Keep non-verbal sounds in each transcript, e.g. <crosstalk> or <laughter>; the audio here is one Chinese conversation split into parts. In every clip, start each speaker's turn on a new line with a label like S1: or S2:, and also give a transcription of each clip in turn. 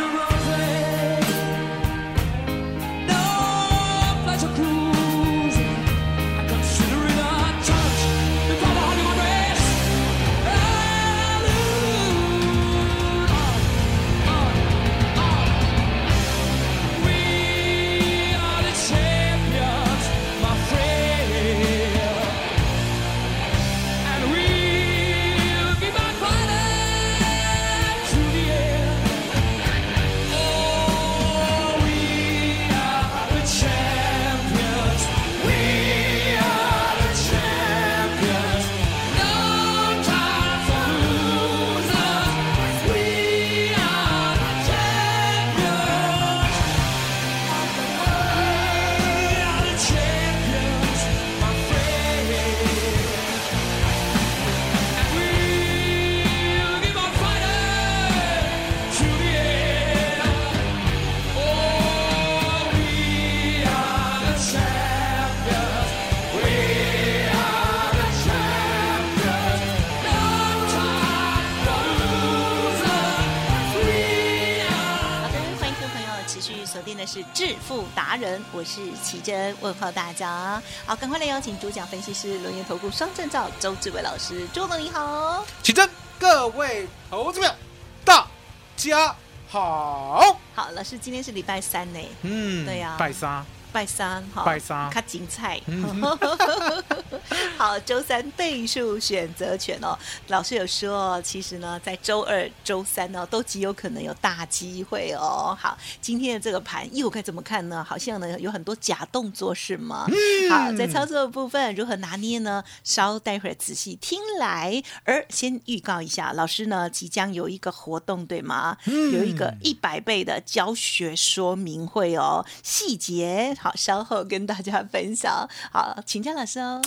S1: of roses, no pleasure cruise. I consider it a challenge because I had my race. Hallelujah. We are the champions, my friend, and we'll be back fighting to the end. Oh, we are the champions. We are the champions. No time for losers. We are the champions. We are the champions, my friend. And we'll keep on fighting to the end. Oh, we are the champions. We are the champions. No time for losers. We are.
S2: 好的，欢迎各位朋友持续锁定的是致富达人，我是奇珍，问候大家。好，赶快来邀请主讲分析师轮源投顾双证照周志伟老师，周总你好。
S3: 起真，各位投资者，大家好。
S2: 好，老师今天是礼拜三呢，
S3: 嗯
S2: 对呀
S3: 拜三，
S2: 拜三哈，
S3: 拜三
S2: 看精彩。
S3: 嗯
S2: <laughs> 好，周三倍数选择权哦，老师有说哦，其实呢，在周二、周三呢，都极有可能有大机会哦。好，今天的这个盘，又该怎么看呢？好像呢有很多假动作，是吗？好，在
S3: 嗯
S2: 操作的部分如何拿捏呢？稍待会儿仔细听来，而先预告一下，老师呢即将有一个活动，对吗？有一
S3: 嗯
S2: 个一百倍的教学说明会哦，细节好稍后跟大家分享。好，请江老师哦，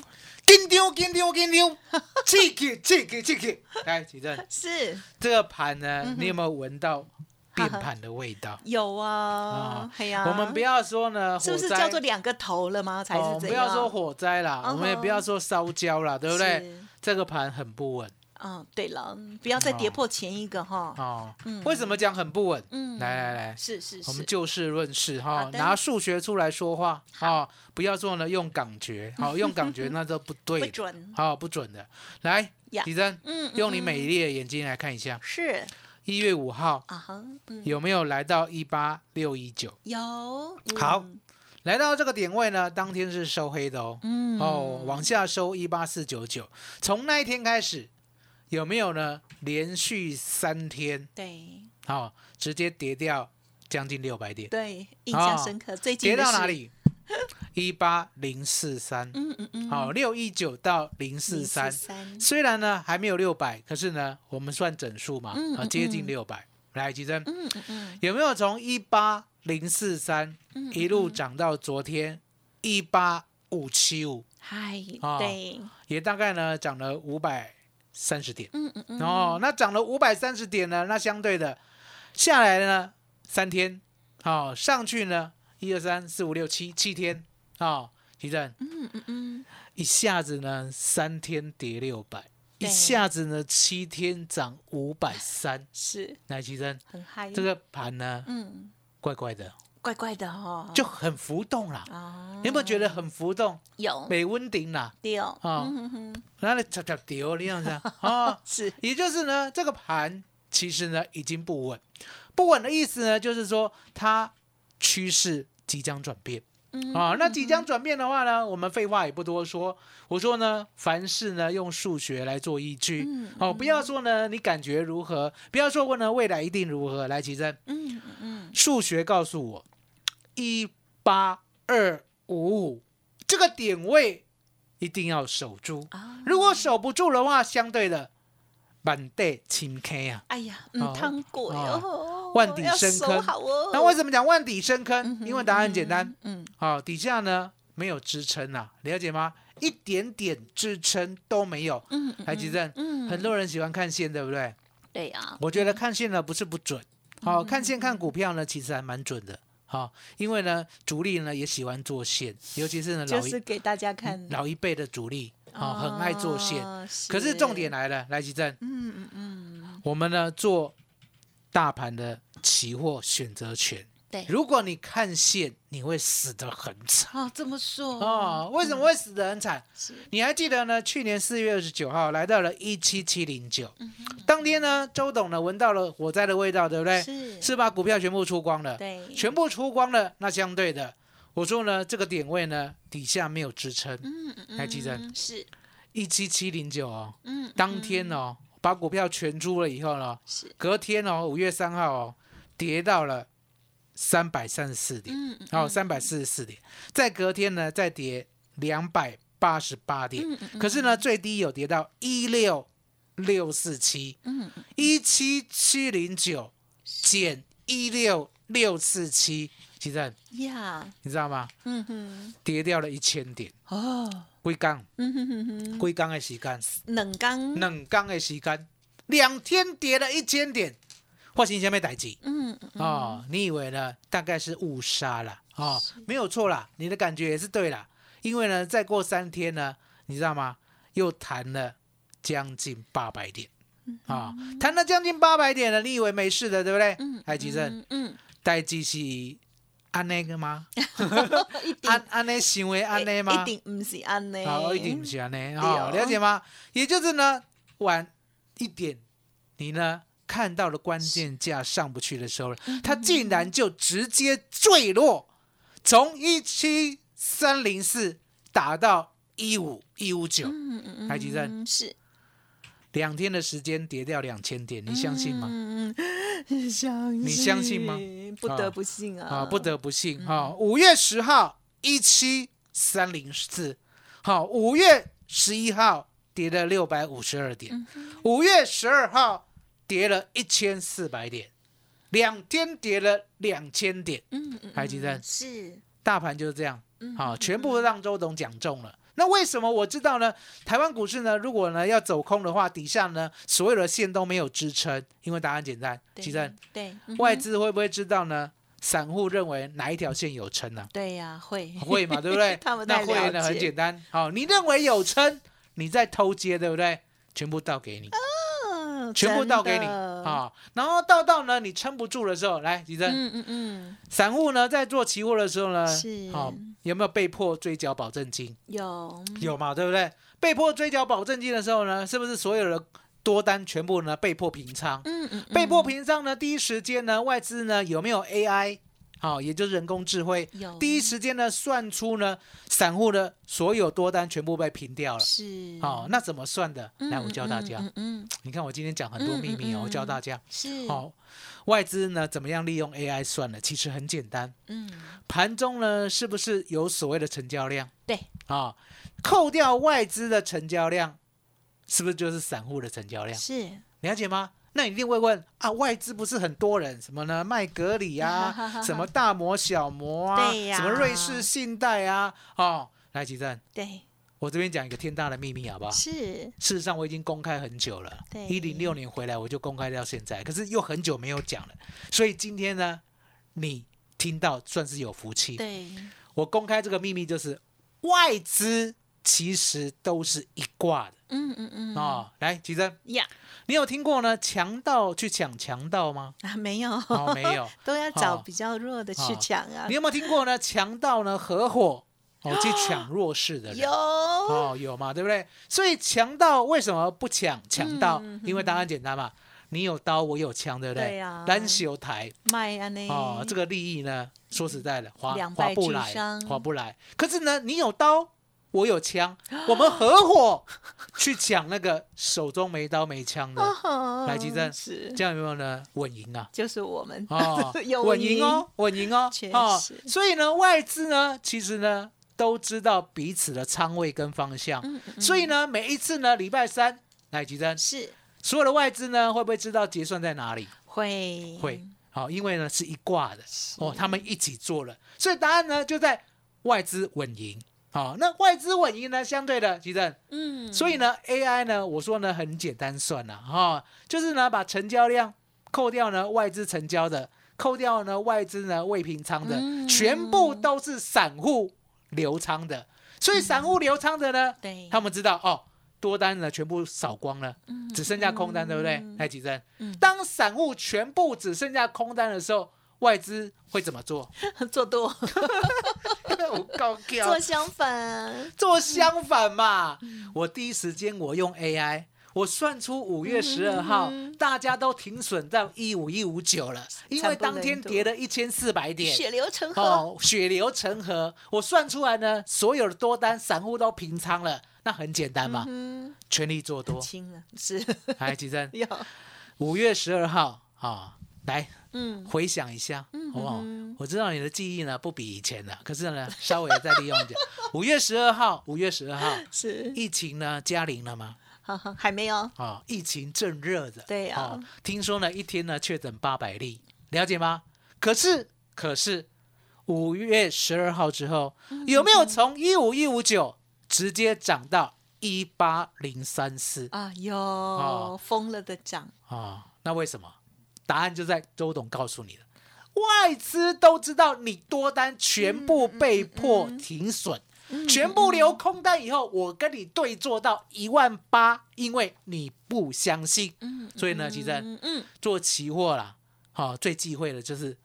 S3: 紧张，紧张，
S2: <laughs>
S3: 紧张，刺激，刺激，刺激。来，起真，
S2: 是
S3: 这个盘
S2: 嗯
S3: 呢，你有没有闻到变盘的味道？
S2: 有啊，哎呀、
S3: 我们不要说呢，
S2: 是不是
S3: 火灾
S2: 叫做两个头了吗？才
S3: 哦，我
S2: 是这
S3: 们不
S2: 样。
S3: 要说火灾啦，
S2: 嗯
S3: 我们也不要说烧焦啦，对不对
S2: 是？
S3: 这个盘很不稳
S2: 嗯，对了，不要再跌
S3: 啊
S2: 破前一个哈。
S3: 哦
S2: 嗯。
S3: 为什么讲很不稳？
S2: 嗯
S3: 来来来，
S2: 是是
S3: 我们
S2: 是，
S3: 就事论事哈
S2: 好，的
S3: 拿数学出来说话啊，不要说呢用感
S2: <laughs>
S3: 觉，好用感觉那都不对
S2: 不
S3: 的，
S2: 准。
S3: 好不准的。来
S2: 呀，
S3: 李真，
S2: 嗯，嗯
S3: 用你
S2: 嗯
S3: 美丽的眼睛来看一下，
S2: 是
S3: 一月五号
S2: 啊哈，嗯，
S3: 有没有来到一八六一九？
S2: 有嗯
S3: 好来到这个点位呢，当天是收黑的哦，
S2: 嗯
S3: 哦，往下收一八四九九，从那一天开始有没有呢？连续三天，
S2: 对
S3: 好，直接跌掉将近六百点，
S2: 对，印象
S3: 哦
S2: 深刻。最近
S3: 跌
S2: 的
S3: 到
S2: 是
S3: 哪？里？一八零四三，
S2: 嗯嗯嗯，
S3: 好，六一九到零四三，
S2: 三
S3: 虽然呢还没有六百，可是呢我们算整数嘛
S2: 嗯，
S3: 啊
S2: 嗯
S3: 接近六百。来，吉珍，
S2: 嗯嗯嗯
S3: 有没有从一八零四三
S2: 嗯，
S3: 一路涨到昨天一八五七五，
S2: 嗨，
S3: 哦
S2: 对，
S3: 也大概呢涨了五百三十点。
S2: 嗯嗯嗯，
S3: 哦，那涨了五百三十点呢，那相对的下来呢三天，哦上去呢一二三四五六七七天，哦，吉珍，
S2: 嗯嗯嗯，
S3: 一下子呢三天跌六百，一
S2: 对
S3: 下子呢七天涨五百三，
S2: 是
S3: 来奇珍，
S2: 很嗨，
S3: 这个盘呢
S2: 嗯，
S3: 怪怪的，
S2: 怪怪的哦，
S3: 就很浮动啦。
S2: 啊
S3: 你有没有觉得很浮动？
S2: 有
S3: 每温顶啦，
S2: 六
S3: 啊
S2: 嗯哼哼
S3: 然后呢跳跳丢，你样子啊，哦
S2: 是
S3: 也就是呢这个盘其实呢已经不稳，不稳的意思呢就是说它趋势即将转变。
S2: 嗯
S3: 啊，那即将转变的话呢，我们废话也不多说。我说呢，凡事呢用数学来做依据
S2: 嗯，
S3: 哦，不要说呢你感觉如何，不要说呢未来一定如何。来，齐珍，
S2: 嗯嗯
S3: 数学告诉我，一八二五五这个点位一定要守住，
S2: 啊，
S3: 如果守不住的话，相对的满地青坑啊。
S2: 哎呀，嗯，
S3: 哦
S2: 汤鬼哦，
S3: 万底深坑
S2: 要收好哦。
S3: 那为什么讲万底深
S2: 嗯
S3: 坑？
S2: 哼
S3: 因为答案简单，，
S2: 嗯
S3: 好、底下呢没有支撑啊，了解吗？一点点支撑都没有。
S2: 嗯，嗯
S3: 台积电
S2: 嗯，
S3: 很多人喜欢看线，对不对？
S2: 对呀，
S3: 我觉得看线呢不是不准，
S2: 嗯
S3: 好、看线看股票呢其实还蛮准的，好、因为呢主力呢也喜欢做线，尤其是呢老
S2: 就
S3: 一、嗯
S2: 是给大家看，
S3: 老一辈的主力，好、很爱做线。
S2: 啊
S3: 可是重点，来了，来吉正，
S2: 嗯嗯嗯，
S3: 我们呢做大盘的期货选择权，
S2: 对，
S3: 如果你看线，你会死得很惨。
S2: 啊这么说
S3: 哦，为什么会死得很惨？
S2: 是
S3: 你还记得呢？去年四月二十九号来到了一七七零九，
S2: 嗯
S3: 当天呢，周董呢闻到了火灾的味道，对不对？
S2: 是
S3: 哎是把股票全部出光了，
S2: 对，
S3: 全部出光了。那相对的，我说呢，这个点位呢底下没有支撑，
S2: 嗯嗯嗯
S3: 台积电
S2: 是
S3: 一七七零九哦，
S2: 嗯，
S3: 当天
S2: 嗯
S3: 哦把股票全出了以后呢，
S2: 是
S3: 隔天哦五月三号哦跌到了三百三十四点。
S2: 嗯，嗯
S3: 好，三百四十四点，再隔天呢再跌两百八十八点，
S2: 嗯嗯嗯
S3: 可是呢最低有跌到一六六四七，
S2: 嗯嗯
S3: 一七七零九减一六六四七，其实
S2: 呀，
S3: 你知道吗？
S2: 嗯哼，
S3: 跌掉了一千点，
S2: 哦，
S3: 几缸
S2: 嗯哼哼哼，
S3: 几缸的时间，
S2: 冷刚，
S3: 两缸的时间，两天跌了一千点，发生什么代志？
S2: 嗯
S3: 哦，你以为呢？大概是误杀啦，哦，没有错啦，你的感觉也是对啦。因为呢，再过三天呢，你知道吗？又弹了将近八百点
S2: 嗯
S3: 啊、弹了将近八百点了，你以为没事的，对不对？哎
S2: 嗯，
S3: 台积电，
S2: 嗯嗯，
S3: 代志是安内
S2: <laughs>
S3: 个吗？
S2: 嗯一定欸
S3: 安安内行为安内吗
S2: 嗯一？定不是安内，
S3: 好，一定不是安内
S2: 对
S3: 好，
S2: 哦
S3: 了解吗？也就是呢，晚一点，你呢看到了关键价上不去的时候，
S2: 嗯
S3: 它竟然就直接坠落，从一七三零四打到一五一五九，
S2: 嗯嗯嗯，
S3: 台积电
S2: 嗯是
S3: 两天的时间跌掉两千点，你相信吗？
S2: 嗯嗯嗯，相信，
S3: 你相信吗？
S2: 不
S3: 啊
S2: 得不信啊，
S3: 啊，不得不信啊！五月十号一七三零四，好，五月十一号跌了六百五十二
S2: 嗯
S3: 点，五月十二号跌了一千四百点，两天跌了两千点，
S2: 嗯，嗯嗯，
S3: 台积电
S2: 嗯是，
S3: 大盘就是这样，
S2: 嗯
S3: 好，全部都让周董讲中了。那为什么我知道呢？台湾股市呢，如果呢要走空的话，底下呢所有的线都没有支撑，因为答案简单，
S2: 对嗯
S3: 其实
S2: 对
S3: 外，资会不会知道呢？散户认为哪一条线有撑啊呢、
S2: 嗯对呀，会？
S3: 会嘛，对不对
S2: <laughs> 他们
S3: 那
S2: 太
S3: 会员
S2: 了
S3: 呢很
S2: 解
S3: 简单，好、你认为有撑，你在偷接，对不对？全部倒给你，
S2: 嗯
S3: 全部倒给你
S2: 哦真
S3: 啊、
S2: 的
S3: 然后倒到呢，你撑不住的时候，来，李正，
S2: 嗯嗯嗯，
S3: 散户呢在做期货的时候呢，
S2: 是
S3: 好、有没有被迫追缴保证金？
S2: 有
S3: 有嘛，对不对？被迫追缴保证金的时候呢，是不是所有的多单全部呢被迫平仓？
S2: 嗯嗯，
S3: 被迫
S2: 嗯
S3: 平仓呢，第一时间呢，外资呢有没有 AI？好、也就是人工智慧，
S2: 有
S3: 第一时间呢算出呢散户的所有多单全部被平掉了。
S2: 是
S3: 好、那怎么算的？
S2: 嗯
S3: 来，我
S2: 嗯
S3: 教大
S2: 嗯
S3: 家。
S2: 嗯嗯，嗯
S3: 你看我今天讲很多秘密
S2: 嗯嗯
S3: 哦，
S2: 嗯
S3: 我教大家。
S2: 是
S3: 好、外资呢怎么样利用 AI 算的？其实很简单，
S2: 嗯，
S3: 盘中呢是不是有所谓的成交量
S2: 对，
S3: 啊、扣掉外资的成交量，是不是就是散户的成交量？
S2: 是
S3: 了解吗？那你一定会问啊，外资不是很多人什么呢？麦格里
S2: <laughs>
S3: 啊，什么大摩、小摩啊，
S2: 对呀
S3: 什么瑞士信贷啊，哦，来吉正，
S2: 对，
S3: 我这边讲一个天大的秘密，好不好？
S2: 是
S3: 事实上我已经公开很久了，
S2: 对
S3: 一零六年回来我就公开到现在，可是又很久没有讲了，所以今天呢，你听到算是有福气。
S2: 对，
S3: 我公开这个秘密就是，外资其实都是一挂的
S2: 嗯嗯嗯，
S3: 哦。来，吉正，
S2: 呀
S3: 你有听过呢强盗去抢强盗吗？
S2: 啊没有，
S3: <laughs> 哦，没有。
S2: 都要找
S3: 哦
S2: 比较弱的去
S3: 哦
S2: 抢啊
S3: 你，有没有听过呢？强盗呢合伙哦去抢弱势的人
S2: 有。
S3: 哦，有嘛，对不对？所以强盗为什么不抢强盗？
S2: 嗯
S3: 因为答案简单嘛，你有刀，我有枪，对不对？
S2: 对啊呀
S3: 单修台
S2: 卖安呢？
S3: 哦，这个利益呢，说实在的，划
S2: 两败
S3: 划不来
S2: 俱伤，
S3: 划不来。可是呢，你有刀，我有枪，我
S2: <laughs>
S3: 们合伙去抢那个手中没刀没枪
S2: 哦
S3: 的，
S2: 个
S3: 来吉珍
S2: 是
S3: 这样有没有呢？稳赢啊！
S2: 就是我们，
S3: 哦
S2: <laughs> 有
S3: 稳赢哦，稳赢哦
S2: 确，
S3: 哦
S2: 实，
S3: 所以呢，外资呢，其实呢，都知道彼此的仓位跟方向，
S2: 嗯嗯
S3: 所以呢，每一次呢，礼拜三来吉珍，
S2: 是
S3: 所有的外资呢，会不会知道结算在哪里？
S2: 会
S3: 会，好、因为呢是一挂的哦，他们一起做了，所以答案呢就在外资稳赢。好、那外资稳赢呢，相对的，吉正，
S2: 嗯，
S3: 所以呢，AI 呢，我说呢很简单算了哈、就是呢把成交量扣掉呢外资成交的，扣掉呢外资呢未平仓的，
S2: 嗯
S3: 全部都是散户留仓的，所以散户留仓的呢，
S2: 对
S3: 他们知道哦，多单呢全部扫光了，只剩下空单，对不对？来几针
S2: 嗯？
S3: 当散户全部只剩下空单的时候，外资会怎么做？ <laughs>
S2: <laughs> 做多
S3: 我
S2: <laughs>
S3: 高调
S2: 做相反，
S3: 做相反嘛。
S2: 嗯
S3: 我第一时间我用 AI，我算出五月十二号、
S2: 嗯
S3: 大家都停损到一五一五九了，因为当天跌了一千四百点。
S2: 血流成河，
S3: 哦，血流成河，我算出来呢，所有的多单散户都平仓了，那很简单嘛，
S2: 嗯，
S3: 全力做多。
S2: 轻了是 <laughs>
S3: <laughs> 来，吉珍，
S2: 要
S3: 五月十二号啊、来
S2: 嗯
S3: 回想一下，好不好？我知道你的记忆呢不比以前了，可是呢稍微再利用
S2: <laughs>
S3: 一点。五月十二号，五月十二号，
S2: 是，
S3: 疫情呢加零了吗？
S2: 哈哈，还没哦有
S3: 啊、疫情正热着。
S2: 对啊
S3: 哦听说呢一天呢确诊八百例，了解吗？可是可是五月十二号之后，
S2: 嗯
S3: 有没有从一五一五九直接涨到一八零三四
S2: 啊，有
S3: 哦
S2: 疯了的涨，
S3: 啊？那为什么？答案就在周董告诉你了。外资都知道你多单全部被迫
S2: 嗯
S3: 停损，全部留空单以后，我跟你对做到一万八，因为你不相信。
S2: 嗯，
S3: 所以呢，其实
S2: 嗯嗯
S3: 做期货啦，好、最忌讳的就是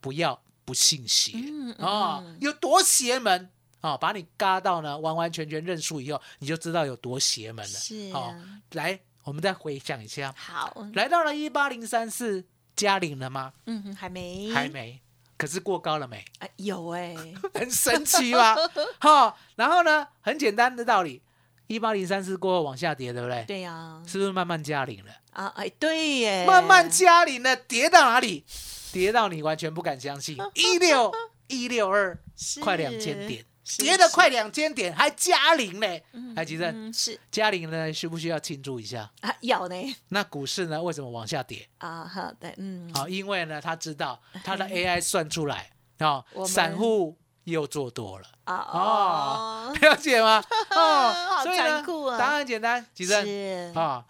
S3: 不要不信邪啊、
S2: 嗯嗯
S3: 哦，有多邪门啊、哦，把你嘎到呢完完全全认输以后，你就知道有多邪门了。
S2: 是
S3: 哦
S2: 啊，
S3: 来，我们再回想一下，
S2: 好，
S3: 来到了一八零三四加零了吗？
S2: 嗯哼，还没
S3: 还没，可是过高了
S2: <laughs>
S3: 没？
S2: 啊，有哎，
S3: 很神奇吧？
S2: <laughs>
S3: 哈、然后呢，很简单的道理，一八零三四过后往下跌，对不对？
S2: 对呀，
S3: 是不是慢慢加零了？
S2: 啊哎，对耶，
S3: <laughs> 慢慢加零了，跌到哪里？跌到你完全不敢相
S2: <laughs>
S3: 信，一六一六二，
S2: 是
S3: 快两千点，
S2: 是
S3: 跌了快两千点，还加零嘞！还记得
S2: 嗯是
S3: 加零呢？需不需要庆祝一下？
S2: 啊，有呢
S3: 那股市呢？为什么往下跌？
S2: 啊，好的，嗯，
S3: 啊，因为呢，他知道他的 AI 算出来啊
S2: 我，们
S3: 散户又做多了，
S2: 啊
S3: 哦
S2: 哦，
S3: <laughs> 了解
S2: <laughs>
S3: 吗？哦，
S2: 好
S3: 所以
S2: 残酷啊
S3: 呢，答案简单，吉珍
S2: 是，
S3: 啊，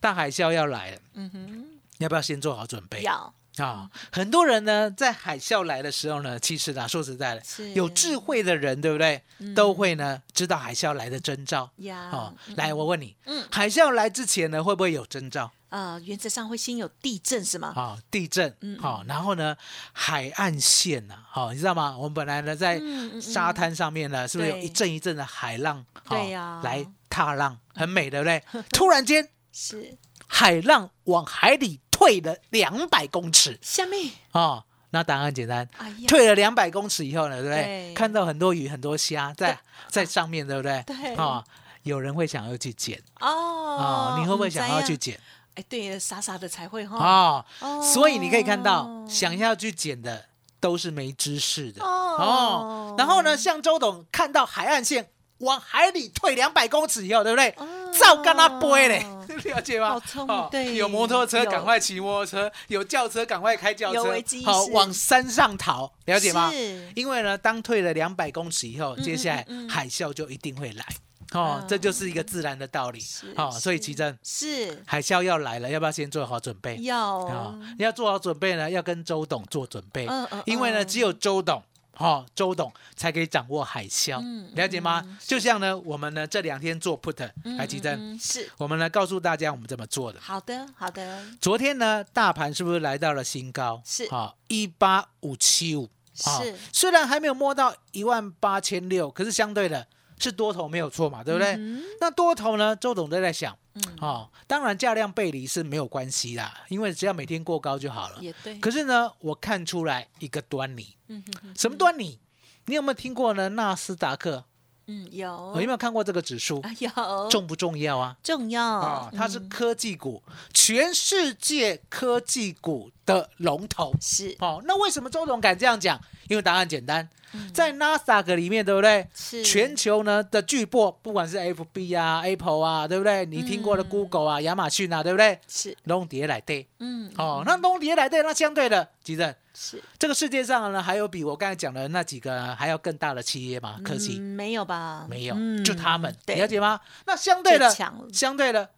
S3: 大海啸要来了，
S2: 嗯哼，
S3: 要不要先做好准备？
S2: 要
S3: 啊，很多人呢，在海啸来的时候呢，其实啦，说实在的
S2: 是，嗯
S3: 有智慧的人，对不对？都会呢，知道海啸来的征兆。
S2: 呀，
S3: 哦，来，我问你，
S2: 啊嗯
S3: 海啸来之前呢，会不会有征兆？
S2: 啊，原则上会先有地震是吗？
S3: 啊，地震
S2: 嗯，
S3: 好、然后呢，海岸线呐、好、你知道吗？我们本来呢在
S2: 嗯嗯
S3: 沙滩上面呢，是不是有
S2: 对
S3: 一阵一阵的海浪，好
S2: 对呀
S3: 来踏浪，很美，对不
S2: <laughs>
S3: 对？突然间，
S2: 是
S3: 海浪往海里退了两百公尺，
S2: 下面，
S3: 哦，那答案简单，
S2: 哎呀，
S3: 退了两百公尺以后呢，对不
S2: 对
S3: 对？看到很多鱼、很多虾在在上面，对不对？
S2: 对
S3: 啊，有人会想要去捡
S2: 哦
S3: 啊，，你会不会
S2: 嗯
S3: 想要去？
S2: 知
S3: 捡
S2: 呀哎，对，傻傻的才会哈。
S3: 啊
S2: 哦？
S3: 所以你可以看到，想要去捡的都是没知识的
S2: 哦
S3: 然后呢，像周董看到海岸线往海里退两百公尺以后，对不对？照跟他
S2: <laughs>
S3: 背嘞， <laughs> 了解吗？
S2: 哦好聪明
S3: 哦
S2: 对
S3: 有摩托车
S2: 有
S3: 赶快骑摩托车，有轿车赶快开轿
S2: 有
S3: 车
S2: 危机，意
S3: 好
S2: 识
S3: 往山上逃，了解吗？
S2: 是嗯
S3: 因为呢，当退了两百公尺以后，接下来海啸就一定会来。
S2: 啊
S3: 哦，这就是一个自然的道理。哦，所以奇珍，
S2: 是
S3: 海啸要来了，要不要先做好准备？
S2: 要
S3: 啊，你要做好准备呢，要跟周董做准备，
S2: 哦嗯嗯
S3: 因为呢，
S2: 嗯
S3: 只有周董。哦，周董才可以掌握海啸，
S2: 嗯
S3: 了解吗？就像呢，我们呢这两天做 put，来吉珍，
S2: 嗯是
S3: 我们呢告诉大家我们怎么做的。
S2: 好的，好的，
S3: 昨天呢，大盘是不是来到了新高？
S2: 是
S3: 啊，一八五七五。啊
S2: 是
S3: 虽然还没有摸到一万八千六，可是相对的，是多头没有错嘛，对不对？
S2: 嗯
S3: 那多头呢，周董都在想，
S2: 嗯
S3: 哦，当然价量背离是没有关系啦，因为只要每天过高就好了。
S2: 也对，
S3: 可是呢，我看出来一个端倪，
S2: 嗯哼哼
S3: 什么端倪？你有没有听过呢？纳斯达克，
S2: 嗯有
S3: 我有没有看过这个指数？
S2: 啊有
S3: 重不重要啊？
S2: 重要
S3: 啊，它是
S2: 嗯
S3: 科技股，全世界科技股的龙头。
S2: 是
S3: 哦，那为什么周董敢这样讲？因为答案简单，在 NASA 里面，对不对？
S2: 嗯是
S3: 全球呢的巨擘，不管是 FB 啊、Apple 啊，对不对？你听过的
S2: 嗯
S3: Google 啊、亚马逊啊，对不对？
S2: 是
S3: 龙蝶来对，
S2: 嗯
S3: 哦，那龙蝶来对，那相对的，吉正，
S2: 是
S3: 这个世界上呢，还有比我刚才讲的那几个还要更大的企业吗？可
S2: 嗯
S3: 惜
S2: 没有吧？
S3: 没有
S2: 嗯，
S3: 就他们，
S2: 对
S3: 了解吗？那相对的
S2: 最强了，
S3: 相对的，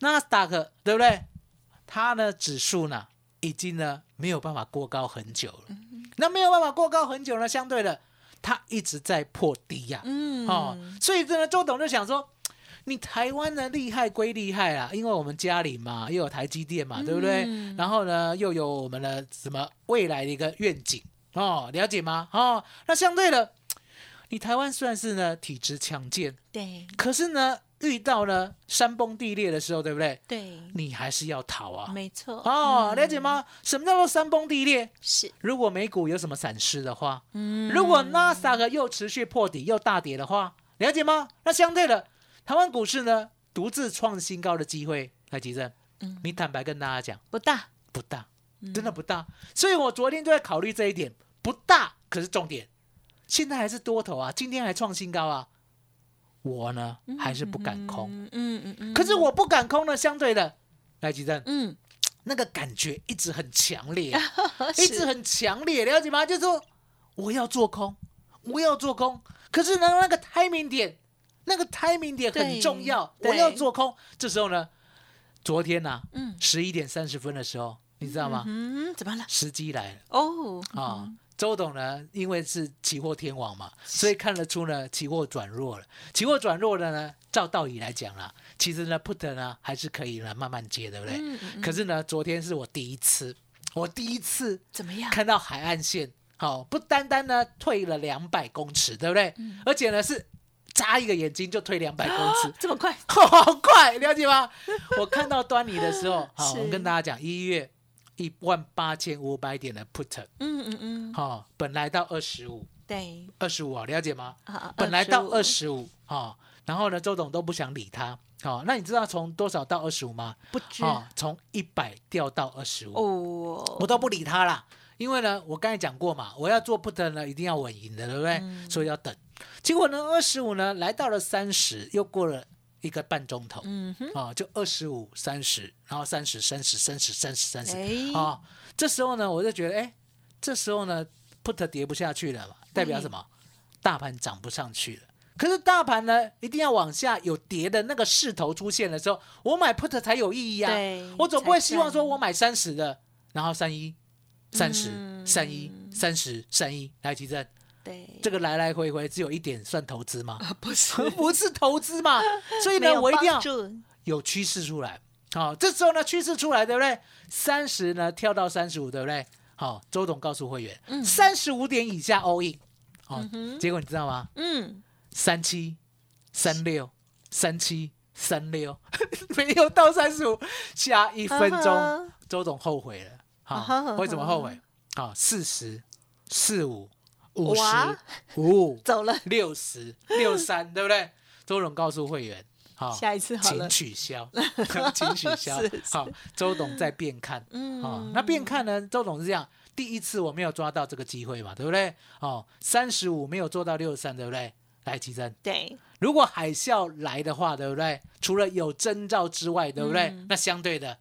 S3: 纳斯达克，对不对？它呢指数呢，已经呢没有办法过高很久了。
S2: 嗯
S3: 那没有办法过高很久呢，相对的，它一直在破低呀、
S2: 嗯
S3: 哦，所以呢，周董就想说，你台湾呢厉害归厉害啦，因为我们家里嘛，又有台积电嘛，对不对？
S2: 嗯
S3: 然后呢，又有我们的什么未来的一个愿景哦，了解吗？哦，那相对的，你台湾虽然是呢体质强健，
S2: 对
S3: 可是呢遇到呢山崩地裂的时候，对不对？
S2: 对，
S3: 你还是要逃啊。
S2: 没错
S3: 哦，
S2: 嗯
S3: 了解吗？什么叫做山崩地裂？
S2: 是
S3: 如果美股有什么闪失的话，
S2: 嗯
S3: 如果 NASA 又持续破底又大跌的话，了解吗？那相对的，台湾股市呢，独自创新高的机会，来吉正，
S2: 嗯
S3: 你坦白跟大家讲，
S2: 不大，嗯
S3: 不大，真的不大。所以我昨天就在考虑这一点，不大，可是重点，现在还是多头啊，今天还创新高啊，我呢还是不敢空。
S2: 嗯嗯嗯嗯，
S3: 可是我不敢空呢，相对的，来吉正，
S2: 嗯
S3: 那个感觉一直很强烈啊、
S2: <laughs> 是
S3: 一直很强烈，了解吗？就是说我要做空，我要做空，可是呢，那个 timing 点，那个 timing 点很
S2: 对
S3: 重要，
S2: 对
S3: 我要做空。这时候呢，昨天呐、啊，
S2: 嗯
S3: 十一点三十分的时候，你知道吗？
S2: 嗯怎么了？
S3: 时机来了
S2: 哦
S3: 啊！周董呢，因为是期货天王嘛，所以看得出呢，期货转弱了。期货转弱了呢，照道理来讲啦，其实呢，put 呢还是可以呢慢慢接，对不对？
S2: 嗯嗯嗯
S3: 可是呢，昨天是我第一次，我第一次
S2: 怎么样？
S3: 看到海岸线，好、不单单呢退了两百公尺，对不对？而且呢是眨一个眼睛就退两百公尺
S2: <gasps> ，这么快？
S3: 好快，了解吗？我看到端倪的时候，好，
S2: 是
S3: 我们跟大家讲，一月一万八千五百点的 put，
S2: 嗯嗯嗯，
S3: 好、本来到二十五，
S2: 对
S3: 二十五啊，了解吗？
S2: 啊，
S3: 本来到二
S2: 25，
S3: 十五啊，然后呢，周董都不想理他。好、那你知道从多少到二十五吗？
S2: 不知
S3: 哦，从一百掉到二十五。
S2: 哦，
S3: 我都不理他啦，因为呢，我刚才讲过嘛，我要做 put 呢，一定要稳赢的，对不对？所以要等。结果呢，二十五呢，来到了三十，又过了一个半钟头，
S2: 嗯哼，
S3: 啊，就二十五、三十，然后三十、三十、三十、三十、三十，
S2: 哎，
S3: 啊，这时候呢，我就觉得，哎，这时候呢，put 跌不下去了
S2: 嗯
S3: 嘛，代表什么？大盘涨不上去了。可是大盘呢，一定要往下有跌的那个势头出现的时候，我买 put 才有意义啊。
S2: 对
S3: 我总不会希望说
S2: 才
S3: 我买三十的，然后三一、三
S2: 嗯
S3: 十、三一、三十、三一来提振，
S2: 对，啊
S3: 这个来来回回只有一点算投资吗？ <laughs>
S2: 不是
S3: 不是投资嘛，所以
S2: 没
S3: 呢，
S2: 有
S3: 我一定要
S2: 帮助
S3: 有趋势出来。好、这时候呢，趋势出来，对不对？三十呢跳到三十五，对不对？好、周董告诉会员，
S2: 嗯
S3: 三十五点以下 all in。好、结果你知道吗？
S2: 嗯，
S3: 三七、三六、三七、三六， <laughs> 没有到三十五，下一分
S2: 啊
S3: 钟
S2: 哈，
S3: 周董后悔了。好、
S2: 啊哈啊哈
S3: 为什么后悔？好、四十、四五、五十
S2: 哇、
S3: 五五、
S2: 走了，
S3: 六十、六三，对不对？周董告诉会员，好、
S2: 下一次好了
S3: 请
S2: <laughs>
S3: 取消，请取消
S2: 是。
S3: 好，周董再变看，
S2: 嗯
S3: 哦，那变看呢？周董是这样，第一次我没有抓到这个机会嘛，对不对？哦，三十五没有做到六三，对不对？来，奇珍，
S2: 对，
S3: 如果海啸来的话，对不对？除了有征兆之外，对不对？
S2: 嗯
S3: 那相对的，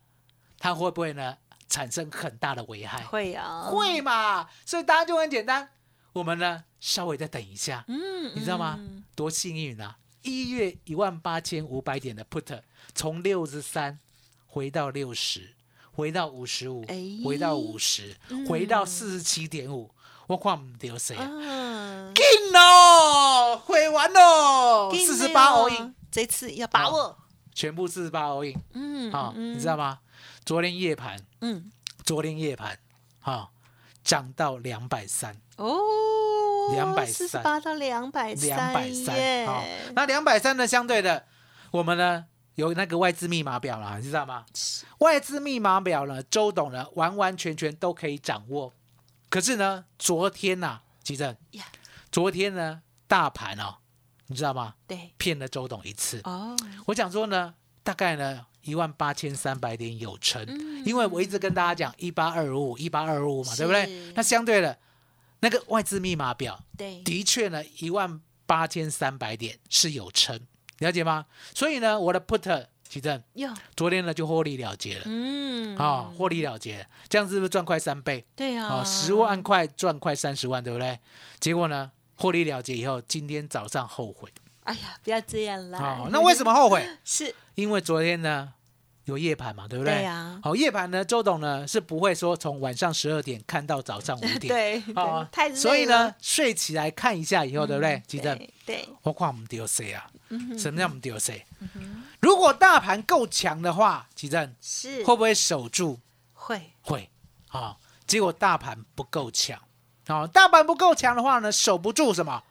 S3: 它会不会呢产生很大的危害？
S2: 会啊，
S3: 会嘛？所以答案就很简单，我们呢稍微再等一下，
S2: 嗯，
S3: 你知道吗
S2: 嗯？
S3: 多幸运啊！一月一万八千五百点的 put 从六十三回到六十，回到五十五
S2: 哎，
S3: 回到五十，回到四十七点五。我看唔丢谁啊？哦
S2: 嗯，
S3: 进喽，毁完喽，
S2: 给你
S3: 哦四十八
S2: 了
S3: all in，
S2: 这次要把握，
S3: 全部四十八 all in
S2: 嗯，
S3: 啊！
S2: 嗯
S3: 你知道？吗？昨天夜盘，
S2: 嗯，
S3: 昨天夜盘啊，涨到两百三，
S2: 哦，
S3: 230
S2: 四十八到两百
S3: 两百
S2: 三哦
S3: 三。好
S2: 耶，，
S3: 那两百三呢，相对的，我们呢有那个外资密码表啦，你知道吗？外资密码表呢，周董呢完完全全都可以掌握。可是呢，昨天呐、吉正
S2: 呀
S3: 昨天呢，大盘哦，你知道吗？
S2: 对
S3: 骗了周董一次。
S2: 哦，
S3: 我想说呢，大概呢一万八千三百点有成，
S2: 嗯
S3: 因为我一直跟大家讲一八二五一八二五嘛，对不对
S2: 是？
S3: 那相对的，那个外资密码表
S2: 对，
S3: 的确呢，一万八千三百点是有撑，了解吗？所以呢，我的 put 奇正
S2: 哟，
S3: 昨天呢就获利了结了，
S2: 嗯，
S3: 啊、获利了结了，这样是不是赚快三倍？
S2: 对
S3: 啊，
S2: 啊，
S3: 十万块赚快三十万，对不对？结果呢，获利了结以后，今天早上后悔
S2: 哎呀，不要这样啦
S3: 啊、。那为什么
S2: <laughs>
S3: 后悔？
S2: 是
S3: 因为昨天呢有夜盘嘛，对不对？
S2: 对呀
S3: 好、夜盘呢，周董呢是不会说从晚上十二点看到早上五点，
S2: <laughs> 对，
S3: 啊
S2: 对太累
S3: 所以呢
S2: 了，，嗯
S3: 睡起来看一下以后，对不对？记得
S2: 对对，
S3: 我看我们丢谁啊？
S2: 嗯
S3: 什么叫我们丢谁？如果大盘够强的话，吉正
S2: 是
S3: 会不会守住？
S2: 会
S3: 会啊、结果大盘不够强啊、大盘不够强的话呢，守不住什么？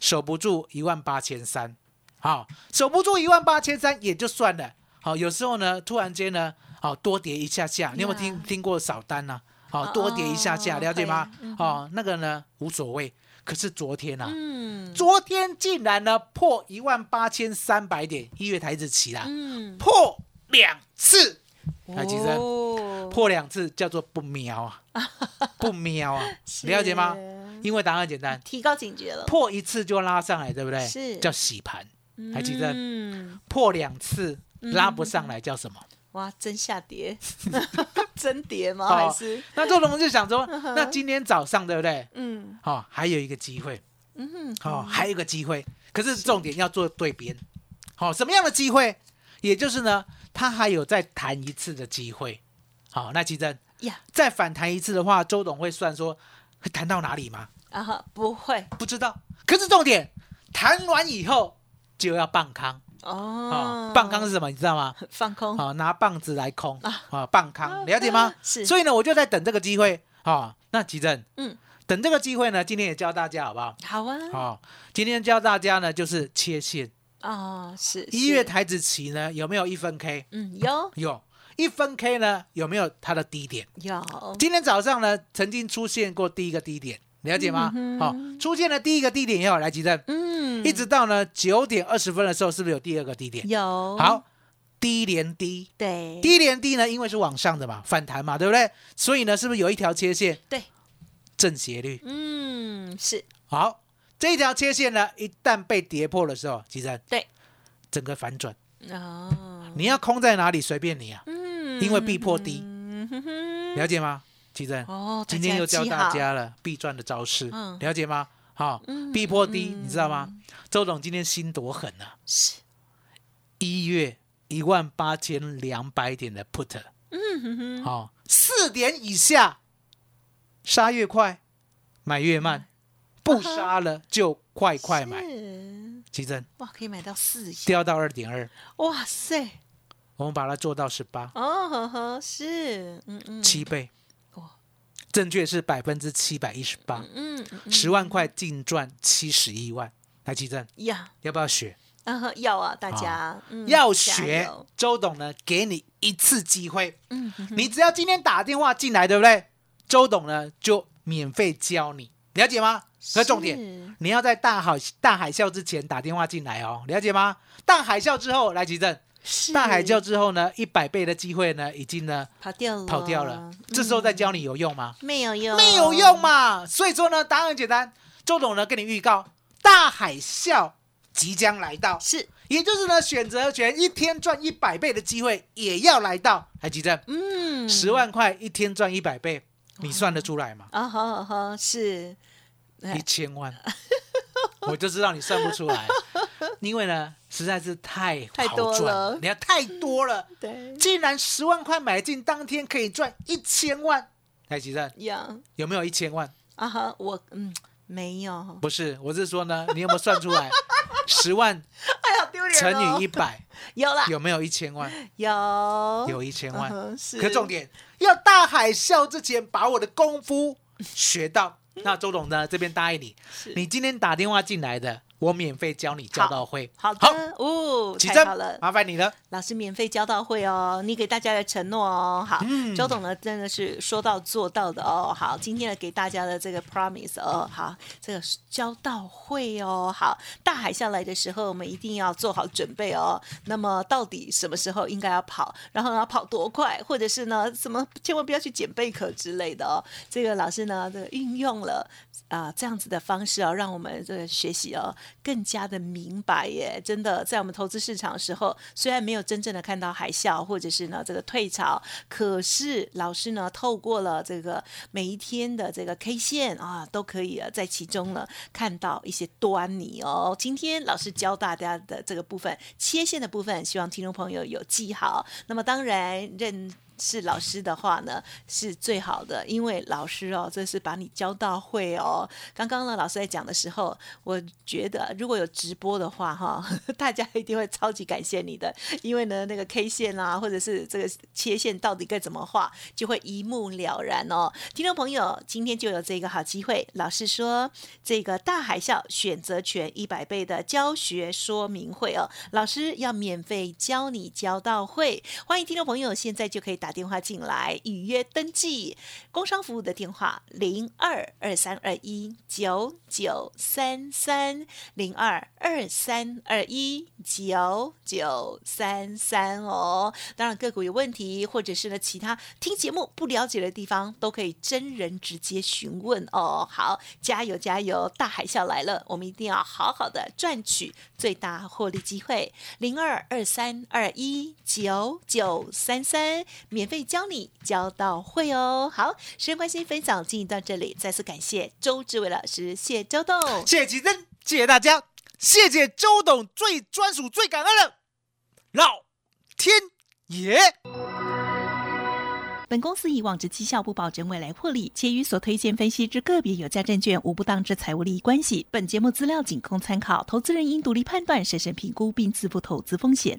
S3: 守不住一万八千三，好，守不住一万八千三也就算了，好、有时候呢，突然间呢，好、多跌一下下，你有没有听听过扫单呢、好、
S2: 哦
S3: 多跌一下下，
S2: 哦
S3: 了解吗
S2: 会？
S3: 哦，那个呢无所谓，可是昨天啊，
S2: 嗯
S3: 昨天竟然呢破一万八千三百点，一月台子起啦，
S2: 嗯，
S3: 破两次，来吉生。
S2: 哦
S3: 破两次叫做不瞄
S2: <laughs>
S3: 啊，不瞄啊，了解吗？因为答案简单，
S2: 提高警觉了，
S3: 破一次就拉上来，对不对？
S2: 嗯是
S3: 叫洗盘。还记得
S2: 嗯，
S3: 破两次拉不上来叫什么？
S2: 哇，真下
S3: <laughs>
S2: 跌，真跌吗？
S3: 哦
S2: 还是
S3: 那周龙就
S2: <laughs>
S3: 想说，那今天早上对不对？
S2: 嗯
S3: 哦，还有一个机会，
S2: 嗯
S3: 哦，还有一个机会。可是重点要做对边，好、什么样的机会？也就是呢，他还有再弹一次的机会。好、那奇珍
S2: 呀
S3: 再反弹一次的话，周董会算说会弹到哪里吗？
S2: 啊哈，不会
S3: 不知道。可是重点，弹完以后就要棒康啊
S2: 哦，，
S3: 棒康是什么？你知道吗？
S2: 放空，
S3: 啊，拿棒子来空啊，棒康，了解吗？
S2: 是
S3: 所以呢，我就在等这个机会啊。那吉正，
S2: 嗯，
S3: 等这个机会呢，今天也教大家好不好？
S2: 好啊，
S3: 好，今天教大家呢，就是切线。
S2: 哦，是
S3: 一月
S2: 是
S3: 台子期呢，有没有一分 K？
S2: 嗯，有
S3: 有。一分 K 呢，有没有它的低点？
S2: 有，
S3: 今天早上呢，曾经出现过第一个低点，了解吗？好、
S2: 嗯
S3: 出现了第一个低点以后，来吉正，
S2: 嗯，
S3: 一直到呢九点二十分的时候，是不是有第二个低点？
S2: 有，
S3: 好，低连低，
S2: 对，
S3: 低连低呢，因为是往上的嘛，反弹嘛，对不对？所以呢，是不是有一条切线
S2: 对，
S3: 正斜率？
S2: 嗯，是
S3: 好，这一条切线呢，一旦被跌破的时候，其实
S2: 对，
S3: 整个反转，
S2: 哦，
S3: 你要空在哪里随便你啊，
S2: 嗯
S3: 因为必破低
S2: 嗯哼哼
S3: 了解吗？其实
S2: 哦，
S3: 今天又教
S2: 记
S3: 大
S2: 好，
S3: 家了必赚的招式，
S2: 嗯
S3: 了解吗？好，必破低，你知道吗？周董今天心多狠啊！
S2: 是，
S3: 一月一万八千两百点的 put，嗯哼哼，好、四点以下杀越快，买越慢，不杀了就快快买。
S2: 嗯，
S3: 奇珍
S2: 哇，可以买到四亿，
S3: 掉到二点二，
S2: 哇塞，
S3: 我们把它做到十八，
S2: 哦呵呵，是，嗯嗯，
S3: 七倍
S2: 哇，
S3: 正确是百分之七百一十八，
S2: 嗯嗯嗯
S3: 十万块净赚七十一万。来，奇珍
S2: 呀，
S3: 要不要学？
S2: 啊呵要啊，大家嗯
S3: 要
S2: 加
S3: 学
S2: 油
S3: 周董呢，给你一次机会。
S2: 嗯
S3: 你只要今天打电话进来，对不对？周董呢就免费教你，了解吗？和重
S2: 是
S3: 点，你要在大海大海啸之前打电话进来哦，了解吗？大海啸之后来急诊，
S2: 是
S3: 大海啸之后呢，一百倍的机会呢已经呢
S2: 跑掉了，
S3: 跑掉了，
S2: 嗯
S3: 这时候再教你有用吗？
S2: 没有用，
S3: 没有用嘛。所以说呢，答案很简单，周董呢跟你预告，大海啸即将来到，
S2: 是，
S3: 也就是呢选择权一天赚一百倍的机会也要来到，来急诊。
S2: 嗯，
S3: 十万块一天赚一百倍，你算得出来吗？
S2: 啊呵呵是，哎
S3: 一千万，
S2: <laughs>
S3: 我就知道你算不出来，因为呢，实在是太
S2: 太
S3: 好
S2: 多
S3: 赚
S2: 了
S3: 你看太多了。
S2: 对
S3: 竟然十万块买进，当天可以赚一千万。台积站
S2: 呀
S3: 有没有一千万？
S2: 啊哈，我嗯没有，
S3: <laughs> 不是，我是说呢，你有没有算出
S2: <laughs>
S3: 来？十万
S2: 哎呀丢脸哦，
S3: 乘以一百，
S2: 有啦
S3: 有没有一千万？
S2: 有啊
S3: 有一千万
S2: 哦嗯哼。是
S3: 可重点，要大海啸之前把我的功夫学到，那周董呢，这边答应你，
S2: 嗯是
S3: 你今天打电话进来的，我免费教你教到会。
S2: 好的，哦，
S3: 起
S2: 太
S3: 真
S2: 好了，
S3: 麻烦你了。
S2: 老师免费教到会哦，你给大家的承诺哦，好，周董呢真的是说到做到的哦，好，今天呢给大家的这个 promise 哦，好，这个教到会哦，好，大海下来的时候我们一定要做好准备哦。那么到底什么时候应该要跑，然后呢跑多快，或者是呢什么千万不要去捡贝壳之类的哦。这个老师呢这个运用了啊、这样子的方式哦，让我们这个学习哦更加的明白耶。真的，在我们投资市场的时候，虽然没有真正的看到海啸或者是呢这个退潮，可是老师呢透过了这个每一天的这个 K 线啊，都可以呃在其中呢看到一些端倪哦。今天老师教大家的这个部分切线的部分，希望听众朋友有记好。那么当然认。是老师的话呢，是最好的，因为老师哦，这是把你教到会哦。刚刚呢，老师在讲的时候，我觉得如果有直播的话哈， <laughs> 大家一定会超级感谢你的，因为呢，那个 K 线啊，或者是这个切线到底该怎么画，就会一目了然哦。听众朋友，今天就有这个好机会，老师说这个大海啸选择权一百倍的教学说明会哦，老师要免费教你教到会，欢迎听众朋友现在就可以打电话进来预约登记。工商服务的电话零二二三二一九九三三零二二三二一九九三三哦。当然个股有问题，或者是呢其他听节目不了解的地方，都可以真人直接询问哦。好，加油加油！大海啸来了，我们一定要好好的赚取最大获利机会。零二二三二一九九三三，免费教你教到会哦。好，时间关系，分享进行到这里，再次感谢周志伟老师，谢谢周董。
S3: 谢谢奇珍，谢谢大家，谢谢周董最专属、最感恩的老天爷。
S2: 本公司以往之绩效不保证未来获利，且与所推荐分析之个别有价证券无不当之财务利益关系。本节目资料仅供参考，投资人应独立判断、审慎评估并自负投资风险。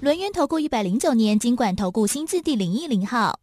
S4: 轮源投顾一百零九年经管投顾新字第零一零号。